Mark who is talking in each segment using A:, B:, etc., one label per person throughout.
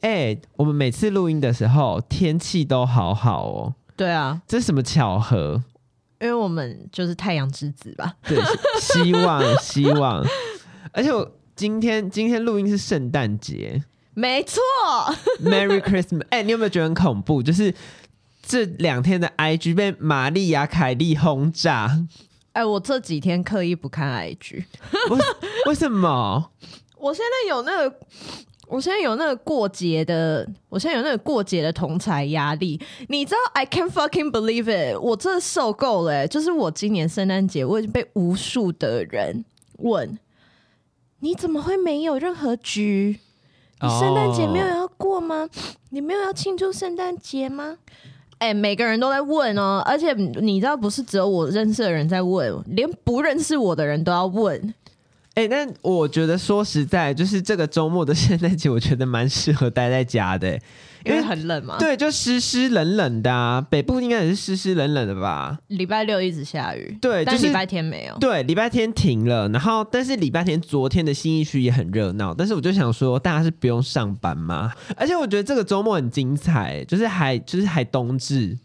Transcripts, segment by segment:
A: 哎、我们每次录音的时候天气都好好哦，
B: 对啊，
A: 这是什么巧合？
B: 因为我们就是太阳之子吧。
A: 对，希希望希望， 而且我今天今天录音是圣诞节
B: 没错，
A: ，Merry Christmas！哎、 你有没有觉得很恐怖？就是这两天的 IG 被玛丽亚凯莉轰炸，
B: 哎、我这几天刻意不看 IG，
A: 为为什么？
B: 我现在有那个，我现在有那个过节的，我现在有那个过节的同财压力。你知道，I can't fucking believe it，我真的受够了、欸就是我今年圣诞节，我已经被无数的人问，你怎么会没有任何局？你圣诞节没有
A: 哦
B: 要过吗？你没有要庆祝圣诞节吗？哎、每个人都在问哦，而且你知道，不是只有我认识的人在问，连不认识我的人都要问。
A: 哎、但我觉得说实在，就是这个周末的圣诞节，我觉得蛮适合待在家的、因
B: 因
A: 为
B: 为很冷嘛，，
A: 对，就湿湿冷冷的、啊，北部应该也是湿湿冷冷的吧？
B: 礼拜六一直下雨，
A: 对，就
B: 但礼
A: 是
B: 拜天没有。
A: 对，礼拜天停了，然后但是礼拜天昨天的新一区也很热闹，但是我就想说，大家是不用上班吗？而且我觉得这个周末很精彩，就是还就是还冬至。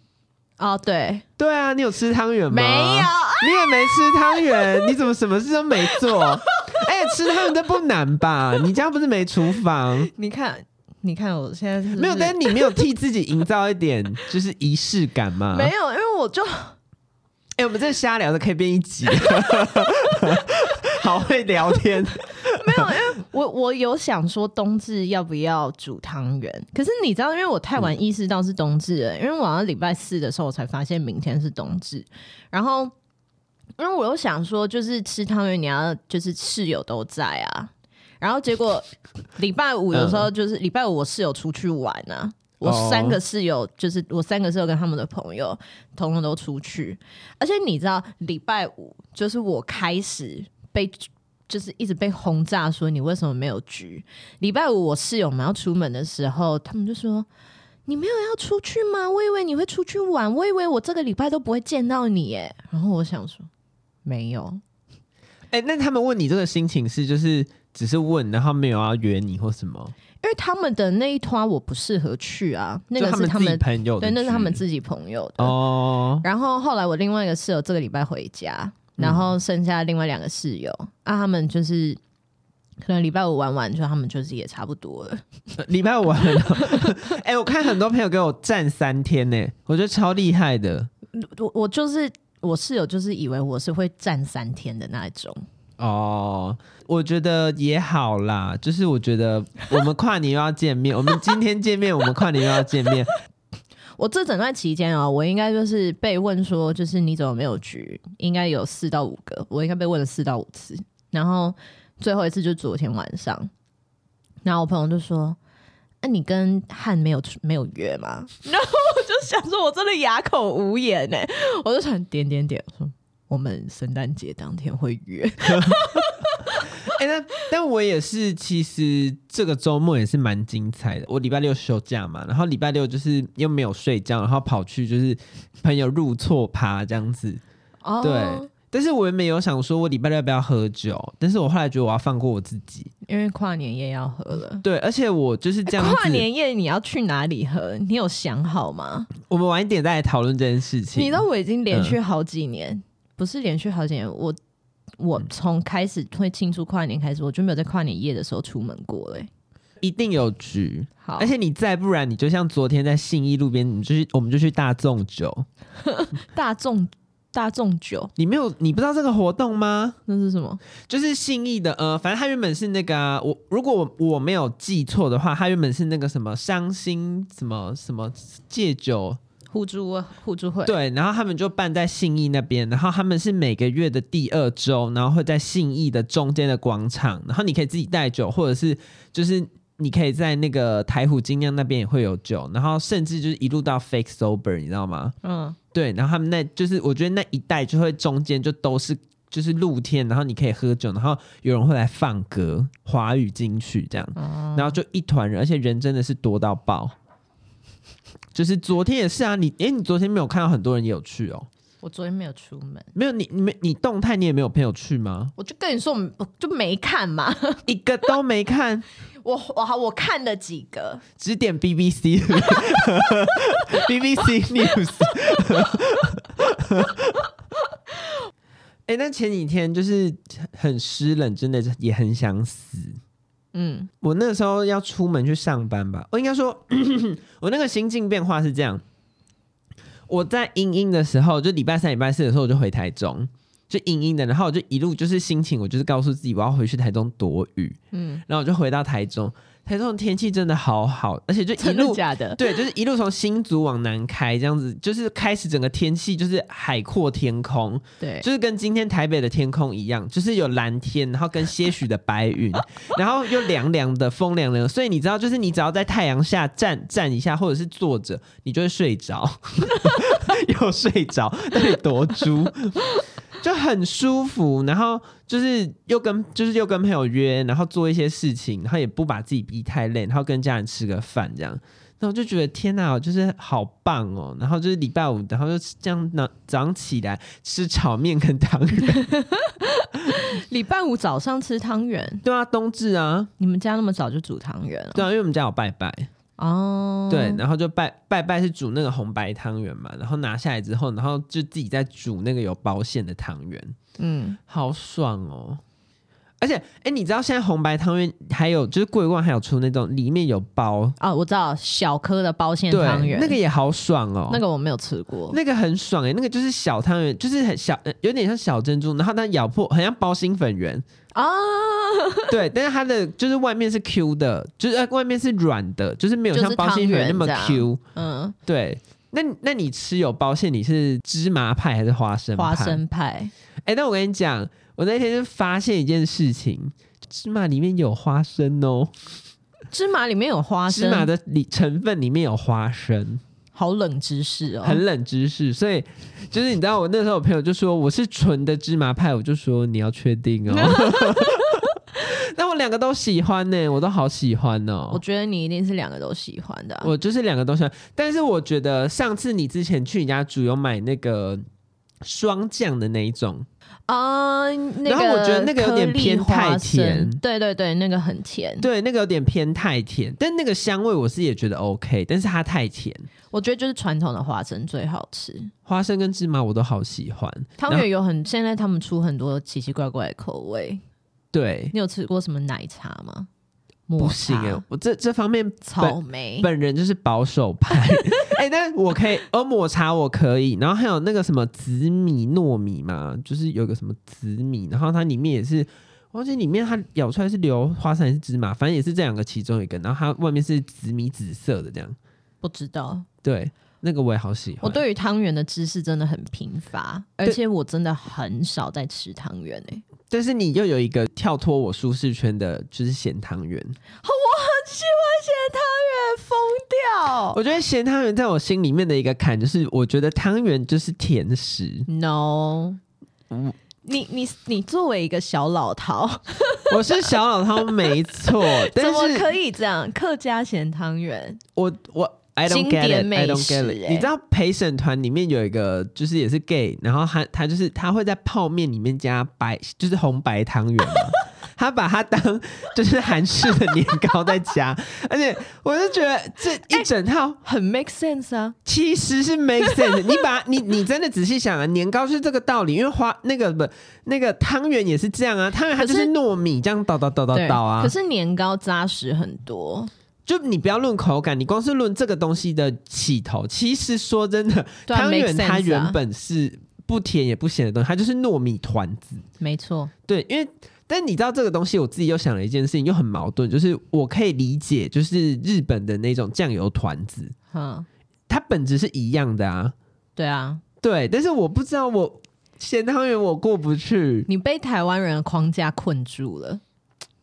B: 哦，对，
A: 对啊，你有吃汤圆吗？
B: 没有，
A: 你也没吃汤圆，你怎么什么事都没做？ 哎、吃汤圆都不难吧？你家不是没厨房？
B: 你看，你看，我现在是不是
A: 没有，但是你没有替自己营造一点就是仪式感吗？
B: 没有，因为我 就
A: 哎、我们这瞎聊的可以变一集， 好会聊天。
B: 我我有想说冬至要不要煮汤圆，可是你知道，因为我太晚意识到是冬至了，因为我好像礼拜四的时候我才发现明天是冬至，然后因为我又想说，就是吃汤圆你要就是室友都在啊，然后结果礼拜五的时候就是礼拜五我室友出去玩啊。我
A: 哦
B: 三个室友，就是我三个室友跟他们的朋友，统统都出去。而且你知道，礼拜五就是我开始被就是一直被轰炸，说你为什么没有局？礼拜五我室友们要出门的时候，他们就说你没有要出去吗？我以为你会出去玩，我以为我这个礼拜都不会见到你耶。然后我想说没有，
A: 哎、那他们问你这个心情是就是只是问，然后没有要约你或什么？
B: 因为他们的那一团我不适合去啊，那个
A: 就是他自己朋友的
B: 对，那是他们
A: 己
B: 自己朋友的。
A: 哦。
B: 然后后来我另外一个室友这个礼拜回家，然后剩下另外两个室友，啊，他们就是可能礼拜五玩完之后，他们就是也差不多了。
A: 礼拜五完了， 哎、我看很多朋友给我站三天呢、我觉得超厉害的
B: 我我就是我室友，就是以为我是会站三天的那一种。
A: 哦。我觉得也好啦，就是我觉得我们跨年又要见面，我们今天见面，我们跨年又要见面，
B: 我这整段期间啊、我应该就是被问说，就是你怎么没有局？应该有四到五个，我应该被问了四到五次。然后最后一次就是昨天晚上，然后我朋友就说：“那、你跟汉没有出没有约吗？” 然后我就想说，我真的哑口无言呢、我就想点点点，我说我们圣诞节当天会约。
A: 哎、那但我也是，其实这个周末也是蛮精彩的。我礼拜六休假嘛，然后礼拜六就是又没有睡觉，然后跑去就是朋友入错趴这样子。
B: 哦
A: 对，但是我也没有想说我礼拜六要不要喝酒，但是我后来觉得我要放过我自己。
B: 因为跨年夜要喝了。
A: 对，而且我就是这样子。
B: 跨年夜你要去哪里喝？你有想好吗？
A: 我们晚一点再来讨论这件事情。
B: 你知道我已经连
A: 嗯
B: 续好几年，不是连续好几年，我我
A: 嗯
B: 从开始会庆祝跨年开始，我就没有在跨年夜的时候出门过欸嘞、
A: 一定有局，
B: 好，
A: 而且你再不然，你就像昨天在信义路边，你就去我们就去大众酒。
B: 大众大众酒
A: 你没有，你不知道这个活动吗？
B: 那是什么？
A: 就是信义的，呃，反正它原本是那个啊、我如果我我没有记错的话，它原本是那个什么伤心什么什么戒酒，
B: 互助互助会，
A: 对，然后他们就办在信义那边，然后他们是每个月的第二周，然后会在信义的中间的广场，然后你可以自己带酒，或者是就是你可以在那个台虎精酿那边也会有酒，然后甚至就是一路到 fake sober，你知道吗？
B: 嗯，
A: 对，然后他们那就是我觉得那一带就会中间就都是就是露天，然后你可以喝酒，然后有人会来放歌，华语金曲这样，
B: 哦
A: 然后就一团人，而且人真的是多到爆。就是昨天也是啊，你诶，你昨天没有看到很多人也有去哦，
B: 我昨天没有出门，
A: 没有你你没你动态你也没有朋友去吗？
B: 我就跟你说，我就没看嘛。
A: 一个都没看，
B: 我我好，我看了几个，
A: 只点 BBC BBC News。哎、那前几天就是很湿冷，真的也很想死。
B: 嗯，
A: 我那时候要出门去上班吧，哦我应该说， 我那个心境变化是这样：我在阴阴的时候，就礼拜三、礼拜四的时候，我就回台中，就阴阴的，然后我就一路就是心情，我就是告诉自己我要回去台中躲雨，嗯
B: 嗯，
A: 然后我就回到台中，台中的天气真的好好，而且就一
B: 真的
A: 路
B: 假 的？
A: 对，就是一路从新竹往南开，这样子，就是开始整个天气就是海阔天空，
B: 对，
A: 就是跟今天台北的天空一样，就是有蓝天，然后跟些许的白云，然后又凉凉的，风凉凉的。所以你知道，就是你只要在太阳下站站一下，或者是坐着，你就会睡着， 又睡着，到底多猪？就很舒服，然后就是又跟就是又跟朋友约，然后做一些事情，然后也不把自己逼太累，然后跟家人吃个饭这样。那我就觉得天哪，就是好棒哦！然后就是礼拜五，然后就这样呢，早上起来吃炒面跟汤圆。
B: 礼拜五早上吃汤圆，
A: 对啊，冬至啊，
B: 你们家那么早就煮汤圆了？
A: 对啊，因为我们家有拜拜，
B: 哦，
A: 对，，然后就拜拜拜是煮那个红白汤圆嘛，然后拿下来之后，然后就自己再煮那个有包馅的汤圆，
B: 嗯，
A: 好爽哦！而且，哎，你知道现在红白汤圆还有就是桂冠还有出那种里面有包，
B: 啊，我知道小颗的包馅
A: 对
B: 汤圆，，
A: 那个也好爽哦，
B: 那个我没有吃过，
A: 那个很爽哎、那个就是小汤圆，就是很小，呃有点像小珍珠，然后它咬破，很像包心粉 圆，
B: 啊，
A: 对，但是它的就是外面是 Q 的，就是、呃、外面是软的，就是没有
B: 就是
A: 像包心粉圆那么
B: 汤圆这
A: Q。
B: 嗯，
A: 对，那那你吃有包馅，你是芝麻派还是花生派？
B: 花。生派，
A: 哎、那我跟你讲，我那天就发现一件事情，芝麻里面有花生哦，
B: 芝麻里面有花
A: 芝麻
B: 生，
A: 的里成分里面有花生。
B: 好冷知识哦，
A: 很冷知识，所以就是你知道，我那时候我朋友就说我是纯的芝麻派，我就说你要确定 哦。那我两个都喜欢呢、我都好喜欢哦。
B: 我觉得你一定是两个都喜欢的啊、
A: 我就是两个都喜欢，但是我觉得上次你之前去你家煮有买那个双酱的那一种，
B: 啊、那个
A: 然后我觉得那个有点偏太甜
B: 颗粒花生对对对，那个很甜。
A: 对，那个有点偏太甜，但那个香味我是也觉得 OK，但是它太甜。
B: 我觉得就是传统的花生最好吃。
A: 花生跟芝麻我都好喜欢，
B: 汤
A: 然后
B: 圆有很现在他们出很多奇奇怪怪的口味，
A: 对
B: 你有吃过什么奶茶吗？抹
A: 不
B: 茶
A: 行哎、我这这方面
B: 草莓，
A: 本人就是保守派， 哎、但我可以，哦，抹茶我可以，然后还有那个什么紫米糯米嘛，就是有个什么紫米，然后它里面也是，我忘记里面它咬出来是留花生还是芝麻，反正也是这两个其中一个，然后它外面是紫米紫色的这样，
B: 不知道。
A: 对，那个我也好喜欢。
B: 我对于汤圆的知识真的很贫乏，而且我真的很少在吃汤圆哎诶。
A: 但是你又有一个跳脱我舒适圈的，就是咸汤圆。
B: 我很喜欢咸汤圆，疯
A: 我觉得咸汤圆在我心里面的一个坎，就是我觉得汤圆就是甜食，
B: 掉。No，你你你作为一个小老饕，
A: 我是小老饕没 错，但
B: 怎么
A: 是
B: 可以这样？客家咸汤圆，
A: 我我 I don't
B: 经
A: get
B: 典
A: it, I
B: 美
A: don't
B: 食
A: get
B: 欸
A: it。你知道陪审团里面有一个就是也是 gay，然后他他就是他会在泡面里面加白就是红白汤圆嘛。 他把它当就是韩式的年糕在加， 而且我就觉得这一整套
B: 很 make sense 啊！
A: 其实是 make sense 你把你你真的仔细想啊，年糕是这个道理，因为花那个不那个汤圆也是这样啊，汤圆它就
B: 可
A: 是
B: 是
A: 糯米这样倒倒倒倒
B: 对，
A: 倒啊
B: 可。是年糕扎实很多，
A: 就你不要论口感，你光是论这个东西的起头，其实说真的，
B: 对啊
A: 汤圆
B: make sense 啊
A: 它原本是不甜也不咸的东西，它就是糯米团子。
B: 没错。
A: 对，因为但你知道这个东西，我自己又想了一件事情，又很矛盾，就是我可以理解，就是日本的那种酱油团子，
B: 嗯，
A: 它本质是一样的啊。
B: 对啊，
A: 对，但是我不知道我咸汤圆我过不去，
B: 你被台湾人的框架困住了。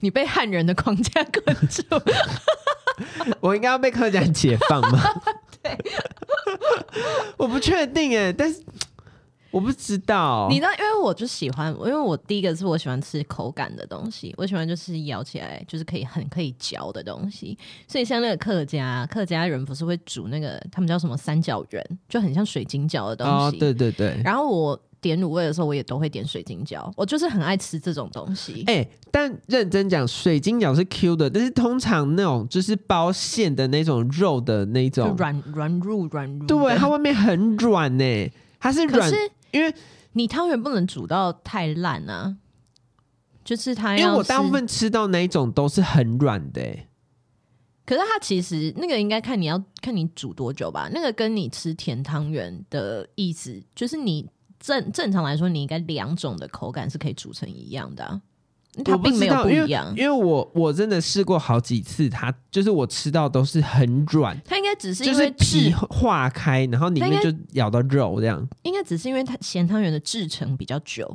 B: 你被汉人的框架困住，
A: 我应该要被客家人 欸解放吗？对，我不确定哎，但是我不知道，
B: 你知道，因为我就喜欢，因为我第一个是我喜欢吃口感的东西，我喜欢就是咬起来就是可以很可以嚼的东西。所以像那个客家客家人不是会煮那个他们叫什么三角圆，就很像水晶饺的东
A: 哦，
B: 西。
A: 对对对，
B: 然后我点卤味的时候，我也都会点水晶饺，我就是很爱吃这种东西。
A: 哎、但认真讲，水晶饺是 Q 的，但是通常那种就是包馅的那种肉的那
B: 就
A: 种，
B: 软软入软入的，
A: 对，它外面很软呢、它是
B: 可
A: 软
B: 是，
A: 因为
B: 你汤圆不能煮到太烂啊，就是它
A: 因为
B: 要
A: 我大部
B: 是
A: 分吃到那一种都是很软的、欸，
B: 可是它其实那个应该看你要看你煮多久吧，那个跟你吃甜汤圆的意思就是你正正常来说，你应该两种的口感是可以煮成一样的啊、它
A: 我不
B: 并
A: 知
B: 没有
A: 道，
B: 不
A: 因
B: 一
A: 为
B: 样，
A: 因为我我真的试过好几次，它就是我吃到都是很软，
B: 它应该只是
A: 就
B: 因
A: 是
B: 为制，
A: 皮化开，然后里面
B: 它
A: 就咬到肉这样。
B: 应该只是因为它咸汤圆的制成比较久，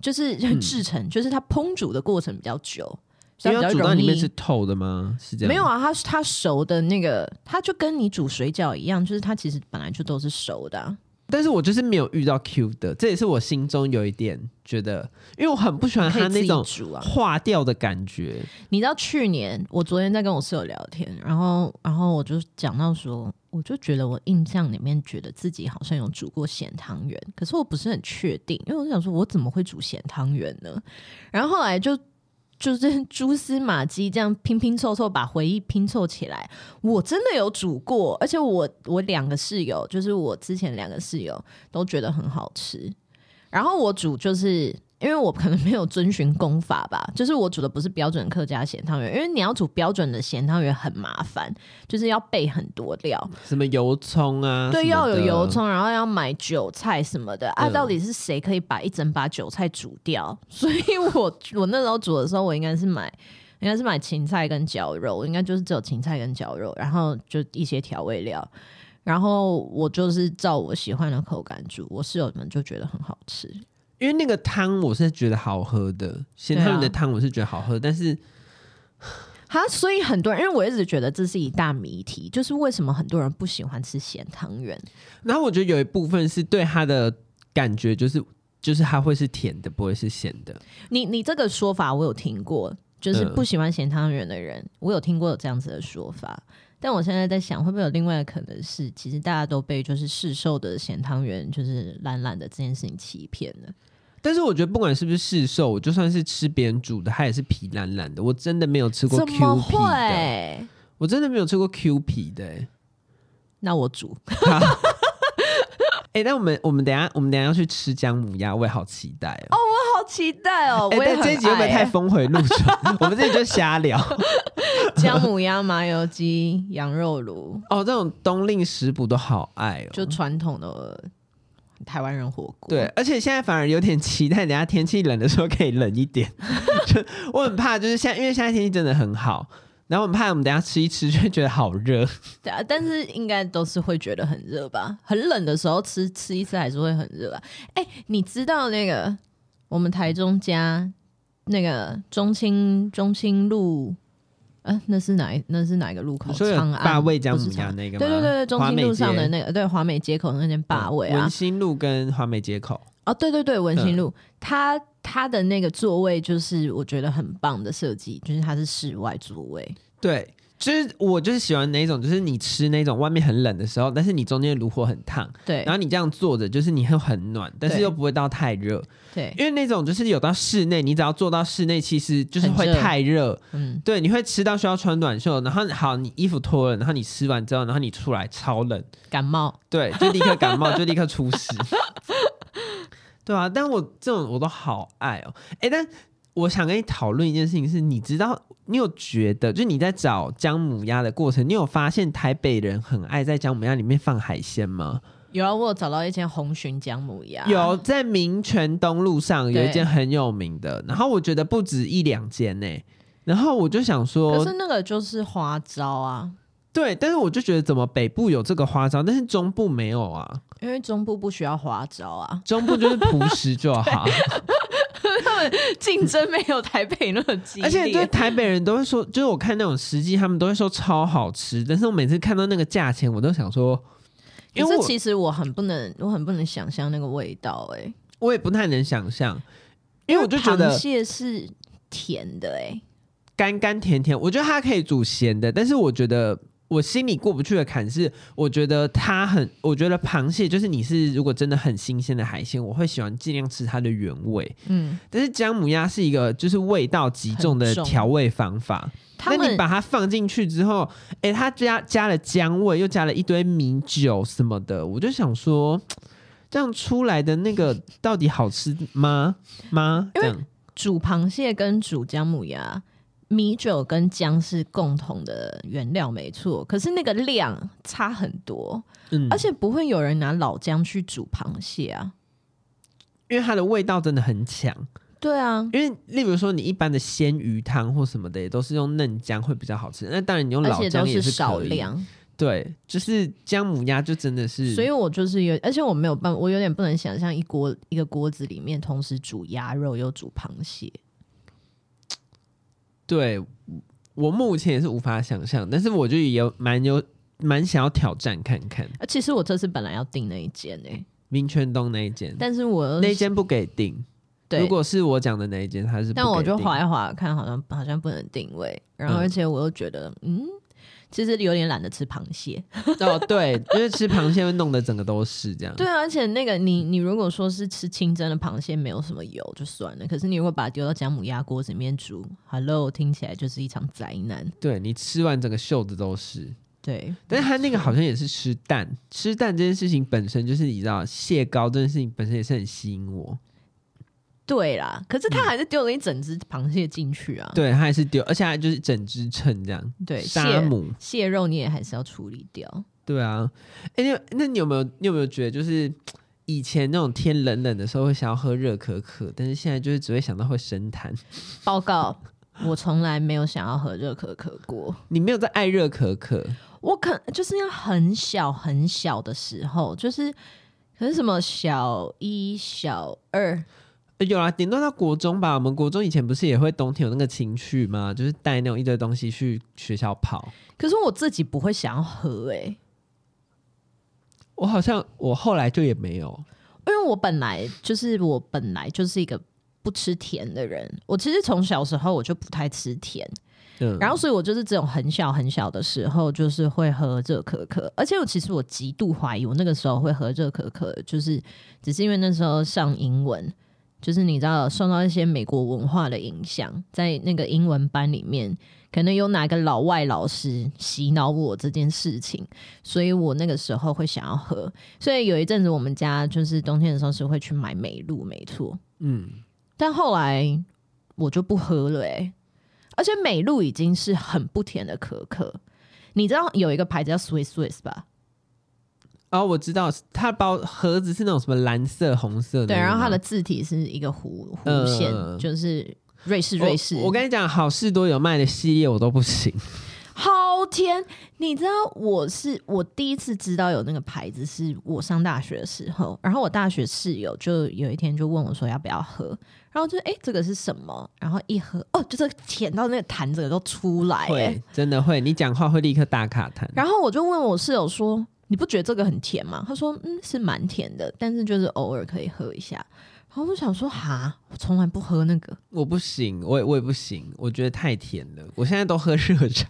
B: 就是制成、就是它烹煮的过程比较久，所
A: 因为
B: 以它
A: 它
B: 比
A: 煮
B: 较
A: 到
B: 容
A: 里面
B: 易
A: 是。透的吗？是这样？
B: 没有，啊，它它熟的那个，它就跟你煮水饺一样，就是它其实本来就都是熟的啊、
A: 但是我就是没有遇到 Q 的，这也是我心中有一点觉得，因为我很不喜欢
B: 可以
A: 它
B: 自
A: 那
B: 己
A: 种
B: 煮啊。
A: 化掉的感觉。
B: 你知道去年我昨天在跟我室友聊天，然后然后我就讲到说，我就觉得我印象里面觉得自己好像有煮过咸汤圆，可是我不是很确定，因为我就想说我怎么会煮咸汤圆呢？ 然后后来就。就是蛛丝马迹，这样拼拼凑凑把回忆拼凑起来。我真的有煮过，而且我我两个室友，就是我之前两个室友都觉得很好吃。然后我煮就是因为我可能没有遵循功法吧，就是我煮的不是标准客家咸汤圆，因为你要煮标准的咸汤圆很麻烦，就是要备很多料，
A: 什么油葱啊？
B: 对，
A: 什么
B: 要
A: 的
B: 有油。葱，然后要买韭菜什么的啊。
A: 对
B: 到底是谁可以把一整把韭菜煮掉？ 所以我我那时候煮的时候，我应该是买。应该是买芹菜跟绞肉，我应该就是只有芹菜跟绞肉，然后就一些调味料，然后我就是照我喜欢的口感煮，我室友们就觉得很好吃。
A: 因为那个汤我是觉得好喝的，咸
B: 对啊
A: 汤圆的汤我是觉得好喝，但是
B: 哈，所以很多人，因为我一直觉得这是一大谜题，就是为什么很多人不喜欢吃咸汤圆？
A: 然后我觉得有一部分是对它的感觉就是。就是它会是甜的，不会是咸的。
B: 你你这个说法我有听过，就是
A: 嗯
B: 不喜欢咸汤圆的人，我有听过有这样子的说法。但我现在在想，会不会有另外的可能是，其实大家都被就是市售的咸汤圆就是烂烂的这件事情欺骗了。
A: 但是我觉得不管是不是市售，我就算是吃别人煮的，它也是皮烂烂的。我真的没有吃过
B: 怎么
A: Q 皮的，
B: 会？
A: 我真的没有吃过 Q 皮的、欸。
B: 那我煮，
A: 哎、那我们我们等一下我们等一下要去吃姜母鸭，我也好期待哦。
B: 好期待哦！
A: 哎、
B: 我也
A: 但
B: 很
A: 这一集会不会太
B: 爱欸
A: 峰回路转？ 我们这里就瞎聊
B: 姜母鸭、麻油鸡、羊肉炉，
A: 哦。这种冬令食补都好爱哦。
B: 就传统的台湾人火锅。
A: 对，而且现在反而有点期待，等一下天气冷的时候可以冷一点。 就我很怕，就是现在因为现在天气真的很好，然后我很怕我们等一下吃一吃就会觉得好热。
B: 对啊，但是应该都是会觉得很热吧？很冷的时候吃吃一次还是会很热啊。哎、你知道那个我们台中家那个中清中清路，呃，那是哪一那是哪一个路口？
A: 你说有
B: 长安
A: 霸味姜
B: 不
A: 母
B: 是
A: 鸭
B: 长安
A: 那个吗？
B: 对对对对，中
A: 华
B: 清
A: 美
B: 路上的
A: 街嗯
B: 那个对华美街口那间霸味啊
A: 文，嗯心路跟华美街口。
B: 哦，对对对，文心路，它它的那个座位就是我觉得很棒的设计，就是它是室外座位，
A: 对，就是我就是喜欢哪种，就是你吃那种外面很冷的时候，但是你中间的炉火很烫，
B: 对
A: 然后你这样坐着，就是你会很暖，但是
B: 对
A: 又不会到太热，
B: 对，
A: 因为那种就是有到室内，你只要坐到室内，其实就是
B: 很
A: 会
B: 热
A: 太热，
B: 嗯，
A: 对，你会吃到需要穿短袖，然后好，你衣服脱了，然后你吃完之后，然后你出来超冷，
B: 感冒。
A: 对，就立刻感冒，就立刻出事。对啊，但我这种我都好爱哦。哎，但我想跟你讨论一件事情是，你知道，你有觉得，就你在找姜母鸭的过程，你有发现台北人很爱在姜母鸭里面放海鲜吗？
B: 有啊，我有找到一间红鲟姜母鸭，
A: 有，在民权东路上有
B: 啊对
A: 一间很有名的，然后我觉得不止一两间呢。然后我就想
B: 可
A: 说
B: 是，那个就是花招啊，
A: 对，但是我就觉得怎么北部有这个花招，但是中部没有啊？，
B: 因为中部不需要花招 啊
A: 中部就是朴实就 好。
B: 竞争没有台北那么激烈。
A: 而且对台北人都会说，就是我看那种实际，他们都会说超好吃，但是我每次看到那个价钱，我都想说，因
B: 可
A: 为
B: 是
A: 我
B: 其实我很不能，我很不能想象那个味道、欸，哎，
A: 我也不太能想象，因为我就觉
B: 螃
A: 得
B: 蟹是甜的、欸，
A: 甘甘甜甜，我觉得它可以煮咸的，但是我觉得我心里过不去的坎是，我觉得它很，我觉得螃蟹就是你是如果真的很新鲜的海鲜，我会喜欢尽量吃它的原味，
B: 哎，嗯，
A: 但是姜母鸭是一个就是味道极重的
B: 很重
A: 调味方法，
B: 他
A: 那你
B: 们
A: 把它放进去之后，哎、它加加了姜味，又加了一堆米酒什么的，我就想说。这样出来的那个到底好吃吗？吗？这样
B: 煮螃蟹跟煮姜母鸭，米酒跟姜是共同的原料，没错，可是那个量差很多，
A: 嗯
B: 而，且不会有人拿老姜去煮螃蟹啊。
A: 因为它的味道真的很强。
B: 对啊，
A: 因为例如说你一般的鲜鱼汤或什么的，也都是用嫩姜会比较好吃。那当然你用
B: 而
A: 老
B: 且
A: 姜
B: 都
A: 也
B: 少
A: 可以。
B: 量，
A: 对，就是姜母鸭就真的是，
B: 所以我就是有，而且我没有办法，我有点不能想象一锅一个锅子里面同时煮鸭肉又煮螃蟹。
A: 对我目前也是无法想象，但是我就也有蛮有蛮想要挑战看看
B: 啊，其实我这次本来要订那一间诶、
A: 明泉东那一间，
B: 但是我
A: 那一间不给定。
B: 对
A: 如，果是我讲的那一间，它是不
B: 但我
A: 给
B: 就
A: 定
B: 划一划看，好像好像不能定位，然
A: 嗯
B: 后而且我又觉得嗯。其实有点懒得吃螃蟹，
A: 哦，对，因为吃螃蟹会弄得整个都是这样。
B: 对啊，而且那个你你如果说是吃清蒸的螃蟹，没有什么油就算了，可是你如果把它丢到姜母鸭锅子里面煮，Hello，听起来就是一场灾难。
A: 对你吃完整个袖子都是。
B: 对，
A: 但是他那个好像也是吃蛋，吃蛋这件事情本身就是你知道蟹膏这件事情本身也是很吸引我，
B: 对啦，可是他还是丢了一整只螃蟹进去啊。
A: 嗯对，他也是丢，而且他就是整只称这样，
B: 对
A: 沙
B: 蟹
A: 姆，
B: 蟹肉你也还是要处理掉。
A: 对啊，哎、那那你有没有你有没有觉得就是以前那种天冷冷的时候会想要喝热可可，但是现在就是只会想到会生痰，
B: 报告，我从来没有想要喝热可可过，
A: 你没有在爱热可可，
B: 我可就是要很小很小的时候，就是可是什么小一、小二，
A: 呃有啦，顶多到国中吧，我们国中以前不是也会冬天有那个情趣吗？就是带那种一堆东西去学校跑。
B: 可是我自己不会想要喝哎、
A: 我好像我后来就也没有，
B: 因为我本来就是我本来就是一个不吃甜的人，我其实从小时候我就不太吃甜，
A: 嗯，
B: 然后，所以我就是这种很小很小的时候，就是呃会喝热可可，而且我其实我极度怀疑，我那个时候会喝热可可，就是只是因为那时候上英文，就是你知道受到一些美国文化的影响，在那个英文班里面，可能有哪个老外老师洗脑我这件事情，所以我那个时候会想要喝。所以有一阵子我们家就是冬天的时候是会去买美露，没错，
A: 嗯。
B: 但后来我就不喝了哎、而且美露已经是很不甜的可可。你知道有一个牌子叫 Swiss Swiss 吧？
A: 哦，我知道，它包盒子是那种什么蓝色、红色的那
B: 对，
A: 个吗。
B: 然后它的字体是一个弧
A: 嗯
B: 弧线，
A: 嗯嗯
B: 就是瑞士瑞士。
A: 我，我跟你讲，好事多有卖的系列我都不行。
B: 好甜！你知道我是我第一次知道有那个牌子，是我上大学的时候，然后我大学室友就有一天就问我说要不要喝，然后就哎、诶这个是什么？然后一喝哦，就是甜到那个痰整个都出来、欸，
A: 会，真的会，你讲话会立刻大卡痰。
B: 然后我就问我室友说：“你不觉得这个很甜吗？”他说：“嗯，是蛮甜的，但是就是偶尔可以喝一下。”然后我就想说：“哈，我从来不喝那个。
A: 我不行，我也我也不行，我觉得太甜了。我现在都喝热茶，”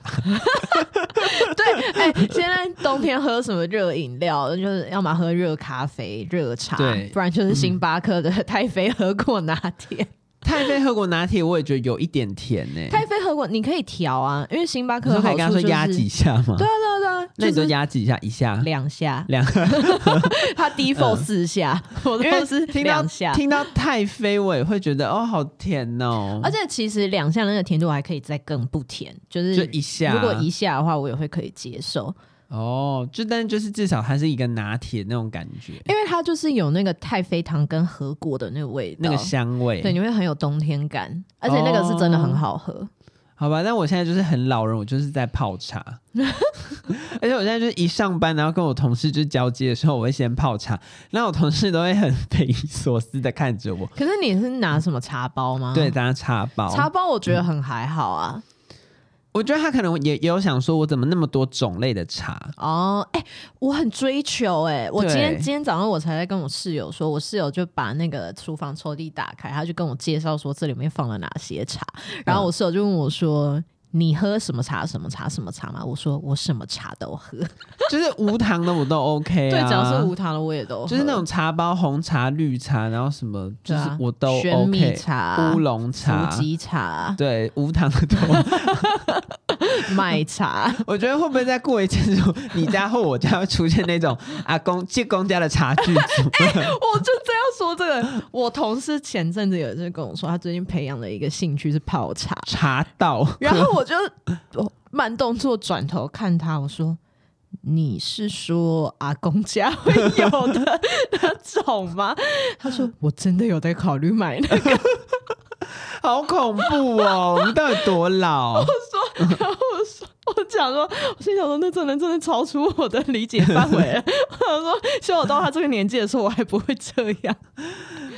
B: 对，哎、现在冬天喝什么热饮料，就是要么喝热咖啡、热茶
A: 对，嗯
B: 不然就是星巴克的太妃喝过拿 铁。
A: 太妃喝过拿铁，我也觉得有一点甜欸呢、
B: 太妃喝过，你可以调啊，因为星巴克
A: 你说可
B: 的
A: 以
B: 好
A: 跟他
B: 处
A: 说
B: 就是
A: 压几下吗？
B: 对啊对啊
A: 那
B: 对啊，
A: 你
B: 就
A: 就是压几下，一下
B: 两下，
A: 两。 嗯
B: 他 default 四下，我
A: 因
B: 都
A: 为
B: 是
A: 听到
B: 两下。
A: 听到太妃，我也会觉得哦，好甜哦，
B: 而且其实两下那个甜度还可以再更不甜，就是
A: 就一下。啊
B: 如果一下的话，我也会可以接受，
A: 哦，就但就是至少它是一个拿铁那种感觉。
B: 因为它就是有那个太妃糖跟核果的那个味道，
A: 那个香味。
B: 对，你会很有冬天感，而且那个是真的
A: 哦
B: 很好喝。
A: 好吧，但我现在就是很老人，我就是在泡 茶，而且我现在就是一上班，然后跟我同事就交接的时候，我会先泡茶，那我同事都会很匪夷所思的看着我，
B: 可是啊你是拿什么茶包吗？
A: 对，，大家茶包，
B: 茶包我觉得很还好啊，
A: 我觉得他可能也也有想说，我怎么那么多种类的茶？
B: 哦，哎、我很追求哎、我
A: 对
B: 今天今天早上我才在跟我室友说，我室友就把那个厨房抽屉打开，他就跟我介绍说这里面放了哪些茶，然后我室友就问我说。你喝什么茶？什么茶？什么茶吗？我说我什么茶都喝，
A: 就是无糖的我都 OK 啊，
B: 对，只要是无糖的我也都喝，
A: 就是那种茶包，红茶、绿茶，然后什么，就
B: 对
A: 是
B: 啊
A: 我都
B: 玄米
A: OK。
B: 茶、
A: 乌龙茶
B: 伏，吉茶、
A: 对，无糖的多。
B: 麦茶，
A: 我觉得会不会再过一阵子，你家或我家会出现那种阿公借公家的茶具 组？
B: 我就这样说这个。我同事前阵子有一次跟我说，他最近培养了一个兴趣是泡茶，
A: 茶道，
B: 然后我就我慢动作转头看他，我说：“你是说阿公家会有的那种吗？”他说：“我真的有在考虑买那个。
A: 好恐怖哦！我们到底多 老？”
B: 然后我说：“我讲说，我心想说，那真的真的超出我的理解范围了。”我想说，希望我到他这个年纪的时候，我还不会这样。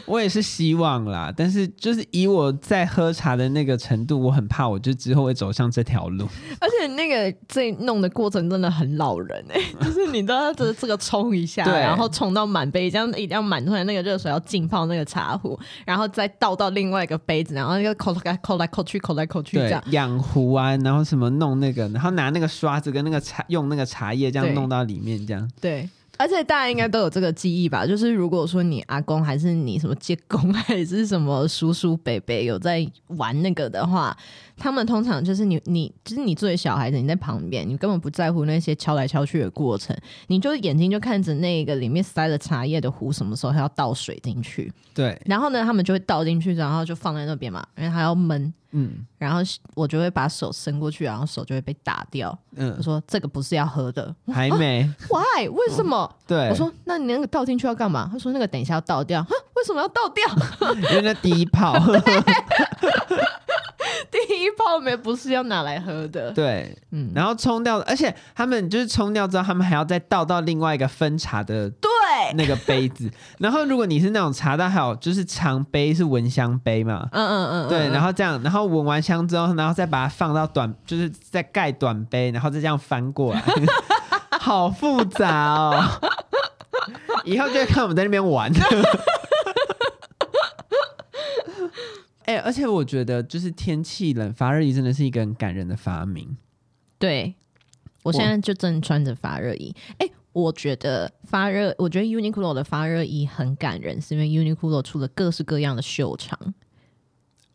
A: 我也是希望啦，但是就是以我在喝茶的那个程度，我很怕，我就之后会走上这条路。
B: 而且那个这弄的过程真的很老人哎、 就是你都要这这个冲一下，
A: 对
B: 然后冲到满杯，这样一定要满出来那个热水，要浸泡那个茶壶，然后再倒到另外一个杯子，然后又扣来扣来扣去，扣来扣去这
A: 对
B: 样，。
A: 养壶啊，然后什么弄那个，然后拿那个刷子跟那个茶，用那个茶叶这样
B: 对
A: 弄到里面，这样。
B: 对，而且大家应该都有这个记忆吧？就是如果说你阿公还是你什么舅公还是什么叔叔伯伯有在玩那个的话，他们通常就是你你就是你作为小孩子你在旁边，你根本不在乎那些敲来敲去的过程，你就眼睛就看着那个里面塞了茶叶的壶什么时候它要倒水进去，
A: 对，
B: 然后呢他们就会倒进去，然后就放在那边嘛，因为它要闷。
A: 嗯
B: 然后我就会把手伸过去，然后手就会被打掉。我
A: 嗯，
B: 说这个不是要喝的
A: 还没。
B: ，Why？为什么？
A: 对，
B: 我说：“那你那个倒进去要干嘛？”他说：“那个等一下要倒掉。”哈，为什么要倒掉？
A: 因为那第一 泡，
B: 第一泡没不是要拿来喝的。
A: 对，
B: 嗯，
A: 然后冲掉，而且他们就是冲掉之后，他们还要再倒到另外一个分茶的
B: 对，
A: 那个杯子。 然后如果你是那种茶道，还有就是长杯是蚊香杯嘛，
B: 嗯嗯嗯，
A: 对，然
B: 后
A: 后这样，然后闻完香之后，然后再把它放到短，就是再盖短杯，然后再这样翻过来， 好复杂哦。以后就会看我们在那边 玩。哎、而且我觉得就是天气冷，发热衣真的是一个很感人的发明。
B: 对，我现在就正穿着发热衣。哎，我觉得发热，我觉得 Uniqlo 的发热衣很感人，是因为 Uniqlo 出了各式各样的袖长，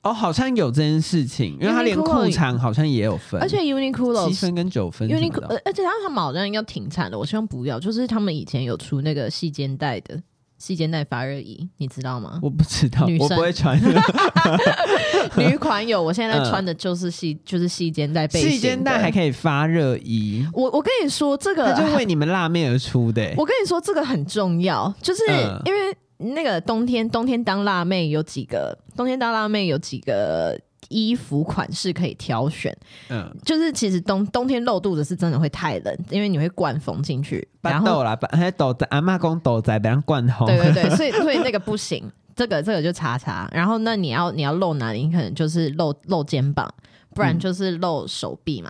A: 哦，好像有这件事情，因为它连
B: Uniqlo-
A: 裤长好像也有分，
B: 而且 Uniqlo
A: 七分跟九分什么的。
B: Uniqlo，呃而且他们好像要停产了，我希望不要。就是他们以前有出那个细肩带的细肩带发热衣，你知道吗？
A: 我不知道
B: 女，
A: 我
B: 生
A: 不会 穿。
B: 女款有，我现在
A: 嗯
B: 穿的就是细，就是细肩带背心 的。
A: 细肩带还可以发热衣，
B: 我我跟你说这 个
A: 它，就为你们辣妹而出的、欸。
B: 我跟你说这个很重要，就是
A: 嗯
B: 因为那个冬天，冬天当辣妹有几个，冬天当辣妹有几个。衣服款式可以挑选，
A: 嗯，
B: 就是其实冬冬天露肚子是真的会太冷，因为你会灌风进去，然
A: 搬豆
B: 后
A: 啦，搬还豆仔，阿妈讲豆仔被人灌红。
B: 对对对，所以所以那个不行，这个这个就查查。然后那你要你要露哪里？你可能就是露露肩膀，不然就是露手臂嘛。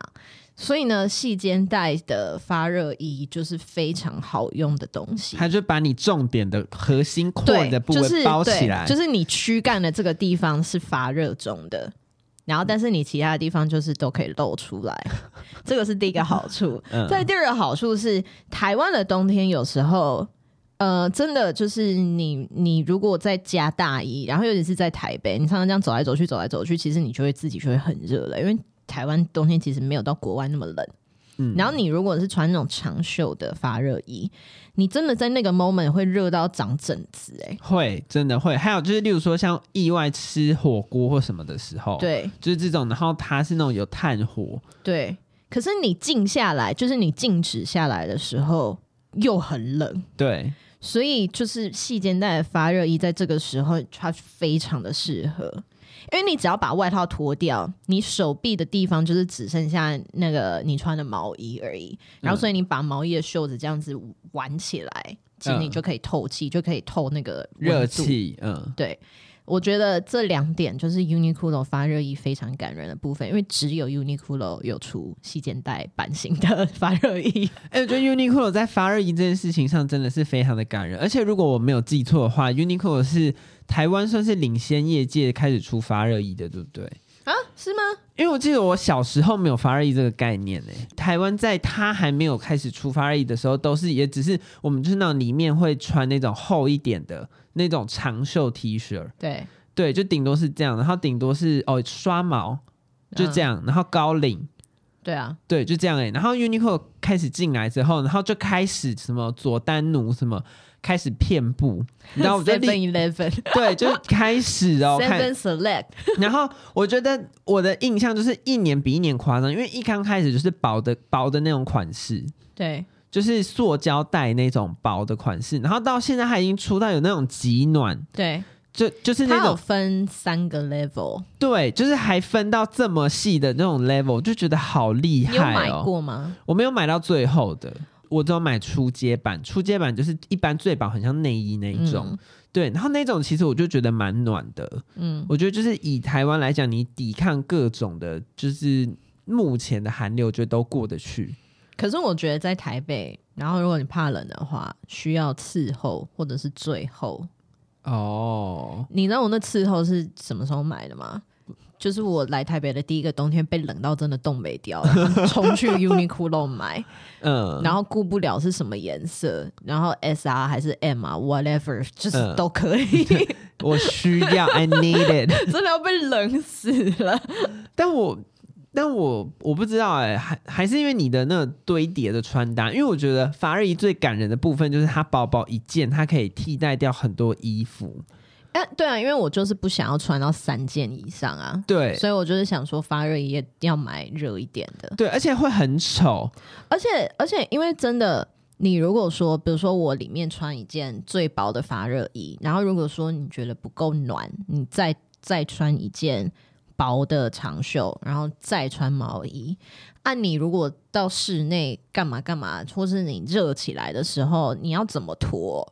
B: 所以呢，细肩带的发热衣就是非常好用的东西。
A: 他就把你重点的核心
B: 对
A: core 的部
B: 就是
A: 位包起来，
B: 对就是你躯干的这个地方是发热中的，然后但是你其他的地方就是都可以露出来， 这个是第一个好处。
A: 嗯
B: 再第二个好处是，台湾的冬天有时候。呃，真的就是你，你如果在加大衣，然后尤其是在台北，你常常这样走来走去，走来走去，其实你就会自己就会很热了，因为台湾冬天其实没有到国外那么冷。
A: 嗯
B: 然后你如果是穿那种长袖的发热衣，你真的在那个 moment 会热到长疹子、欸，
A: 会真的会。还有就是，例如说像意外吃火锅或什么的时候，，
B: 对
A: 就是这种，然后它是那种有炭火，
B: 对，可是你静下来，就是你静止下来的时候又很冷，
A: 对，
B: 所以就是细肩带的发热衣在这个时候它非常的适合。因为你只要把外套脱掉，你手臂的地方就是只剩下那个你穿的毛衣而已。然后，所以你把毛衣的袖子这样子挽起来，其实你
A: 嗯
B: 就可以透气，就可以透那个温
A: 热
B: 度。
A: 气，嗯，
B: 对，我觉得这两点就是 Uniqlo 发热衣非常感人的部分，因为只有 Uniqlo 有出细肩带版型的 发热衣。
A: 哎、我觉得 Uniqlo 在发热衣这件事情上真的是非常的感人，而且如果我没有记错的话，Uniqlo 是台湾算是领先业界开始出发热衣的，对不对？
B: 啊，是吗？
A: 因为我记得我小时候没有发热衣这个概念诶、台湾在它还没有开始出发热衣的时候，都是也只是我们就是那种里面会穿那种厚一点的那种长袖 T 恤，
B: 对，
A: 对，就顶多是这样，然后顶多是哦刷毛就这
B: 样。
A: 样，然后高领，
B: 嗯对啊，
A: 对，就这样哎、然后 Uniqlo 开始进来之后，然后就开始什么佐丹奴什么开始遍布，然后我就
B: Seven
A: 立
B: Eleven、
A: 对，就开始 哦看
B: Seven Select，
A: 然后我觉得我的印象就是一年比一年夸张，因为一刚开始就是薄的薄的那种款式，
B: 对，
A: 就是塑胶袋那种薄的款式，然后到现在它已经出到有那种极暖，
B: 对，
A: 就就是那
B: 它有
A: 种
B: 分三个 level，
A: 对，就是还分到这么细的那种 level，就觉得好厉
B: 你有
A: 害
B: 买
A: 哦！
B: 过吗？
A: 我没有买到最后的，我只有买初阶版，初阶版就是一般最薄，很像内衣那一种。
B: 嗯
A: 对，然后那种其实我就觉得蛮暖的，
B: 嗯，
A: 我觉得就是以台湾来讲，你抵抗各种的，就是目前的寒流，我觉得都过得去。
B: 可是我觉得在台北，然后如果你怕冷的话，需要伺候或者是最后。
A: 哦，
B: 你知道我那伺候是什么时候买的吗？就是我来台北的第一个冬天，被冷到真的冻没掉，然后 冲去 Uniqlo 买，
A: 嗯，
B: 然后顾不了是什么颜色，然后 S R 还是 M 啊，whatever，就是
A: 嗯
B: 都可以，
A: 我需要，I need it。
B: 真的要被冷死了。
A: 但我但我我不知道哎、还还是因为你的那个堆叠的穿搭，因为我觉得法瑞伊最感人的部分就是它薄薄一件，它可以替代掉很多衣服。
B: 哎、对啊，因为我就是不想要穿到三件以上啊，
A: 对
B: 所以我就是想说发热衣也要买热一点的，
A: 对，而且会很丑。
B: 而且而且因为真的，你如果说，比如说我里面穿一件最薄的发热衣，然后如果说你觉得不够暖，你再再穿一件薄的长袖，然后再穿毛衣。按、你如果到室内干嘛干嘛，或是你热起来的时候，你要怎么脱，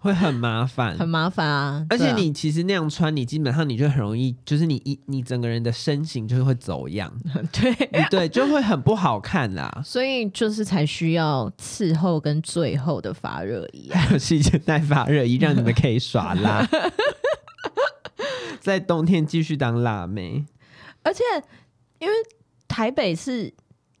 A: 会很麻烦，
B: 很麻烦啊。
A: 而
B: 对
A: 且
B: 啊
A: 你其实那样穿，你基本上你就很容易，就是你一你整个人的身形就是会走样，
B: 对，
A: 你对，就会很不好看啦。
B: 所以就是才需要伺候跟最后的发热衣、啊。
A: 还有细肩带发热衣，让你们可以耍 辣，在冬天继续当辣妹。
B: 而且因为台北是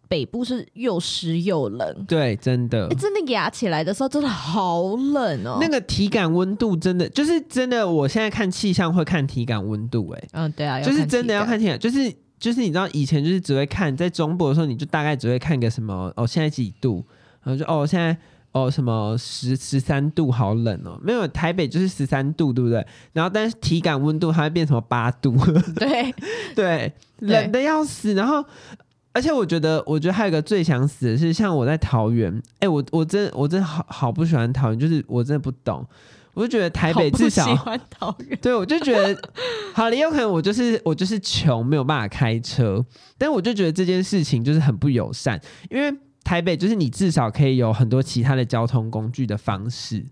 B: 北部是又湿又冷，
A: 对，真的
B: 哎、，真的压起来的时候真的好冷哦。
A: 那个体感温度真的就是真的，我现在看气象会看体感温度、欸，
B: 嗯，对啊，
A: 就是
B: 体
A: 真的要
B: 感
A: 看体感，就是就是你知道以前就是只会看在中部的时候，你就大概只会看个什么哦现在几度，然后就哦现在哦什么十十三度好冷哦，没有台北就是十三度对不对？然后但是体感温度它会变成八度，
B: 对，
A: 对，
B: 对
A: 冷的要死。然后而且我觉得我觉得还有一个最想死的是，像我在桃园，哎，我我真我真的好好不喜欢桃园，就是我真的不懂。我就觉得台北
B: 好不
A: 至少
B: 喜欢桃园，
A: 对，我就觉得好了，也有可能我就是我就是穷，没有办法开车，但我就觉得这件事情就是很不友善，因为台北就是你至少可以有很多其他的交通工具的方式。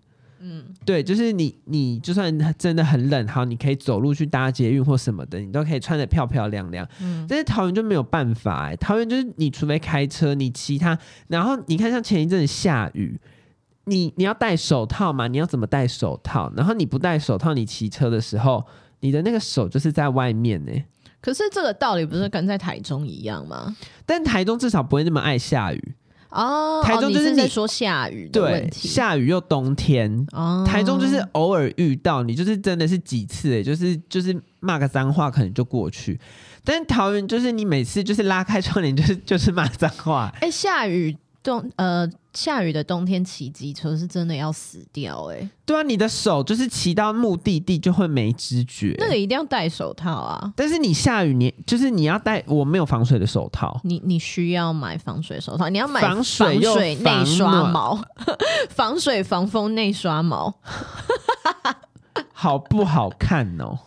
B: 嗯，
A: 对，就是你，你就算真的很冷，好，你可以走路去搭捷运或什么的，你都可以穿的漂漂亮亮。
B: 嗯
A: 但是桃园就没有办法、欸，桃园就是你除非开车，你其他，然后你看像前一阵子下雨，你你要戴手套嘛，你要怎么戴手套？然后你不戴手套，你骑车的时候，你的那个手就是在外面欸呢、
B: 可是这个道理不是跟在台中一样吗？
A: 但台中至少不会那么爱下雨，
B: 哦，
A: 台
B: 哦
A: 中
B: 你
A: 就是
B: 是在
A: 你
B: 说下雨的问
A: 对，
B: 题，
A: 下雨又冬天，
B: 哦，
A: 台中就是偶尔遇到你，就是真的是几次、欸，就是就是骂个脏话可能就过去，但是桃园就是你每次就是拉开窗帘就是 就是骂脏话，
B: 哎、下雨冬呃下雨的冬天骑机车是真的要死掉哎、
A: 对啊，你的手就是骑到目的地就会没知觉。
B: 那个一定要戴手套啊。
A: 但是你下雨你，就是你要戴，我没有防水的手套，
B: 你你需要买防水手套，你要买
A: 防水又
B: 水内
A: 防
B: 刷
A: 暖
B: 毛， 防水防风内刷毛。
A: 好不好看哦？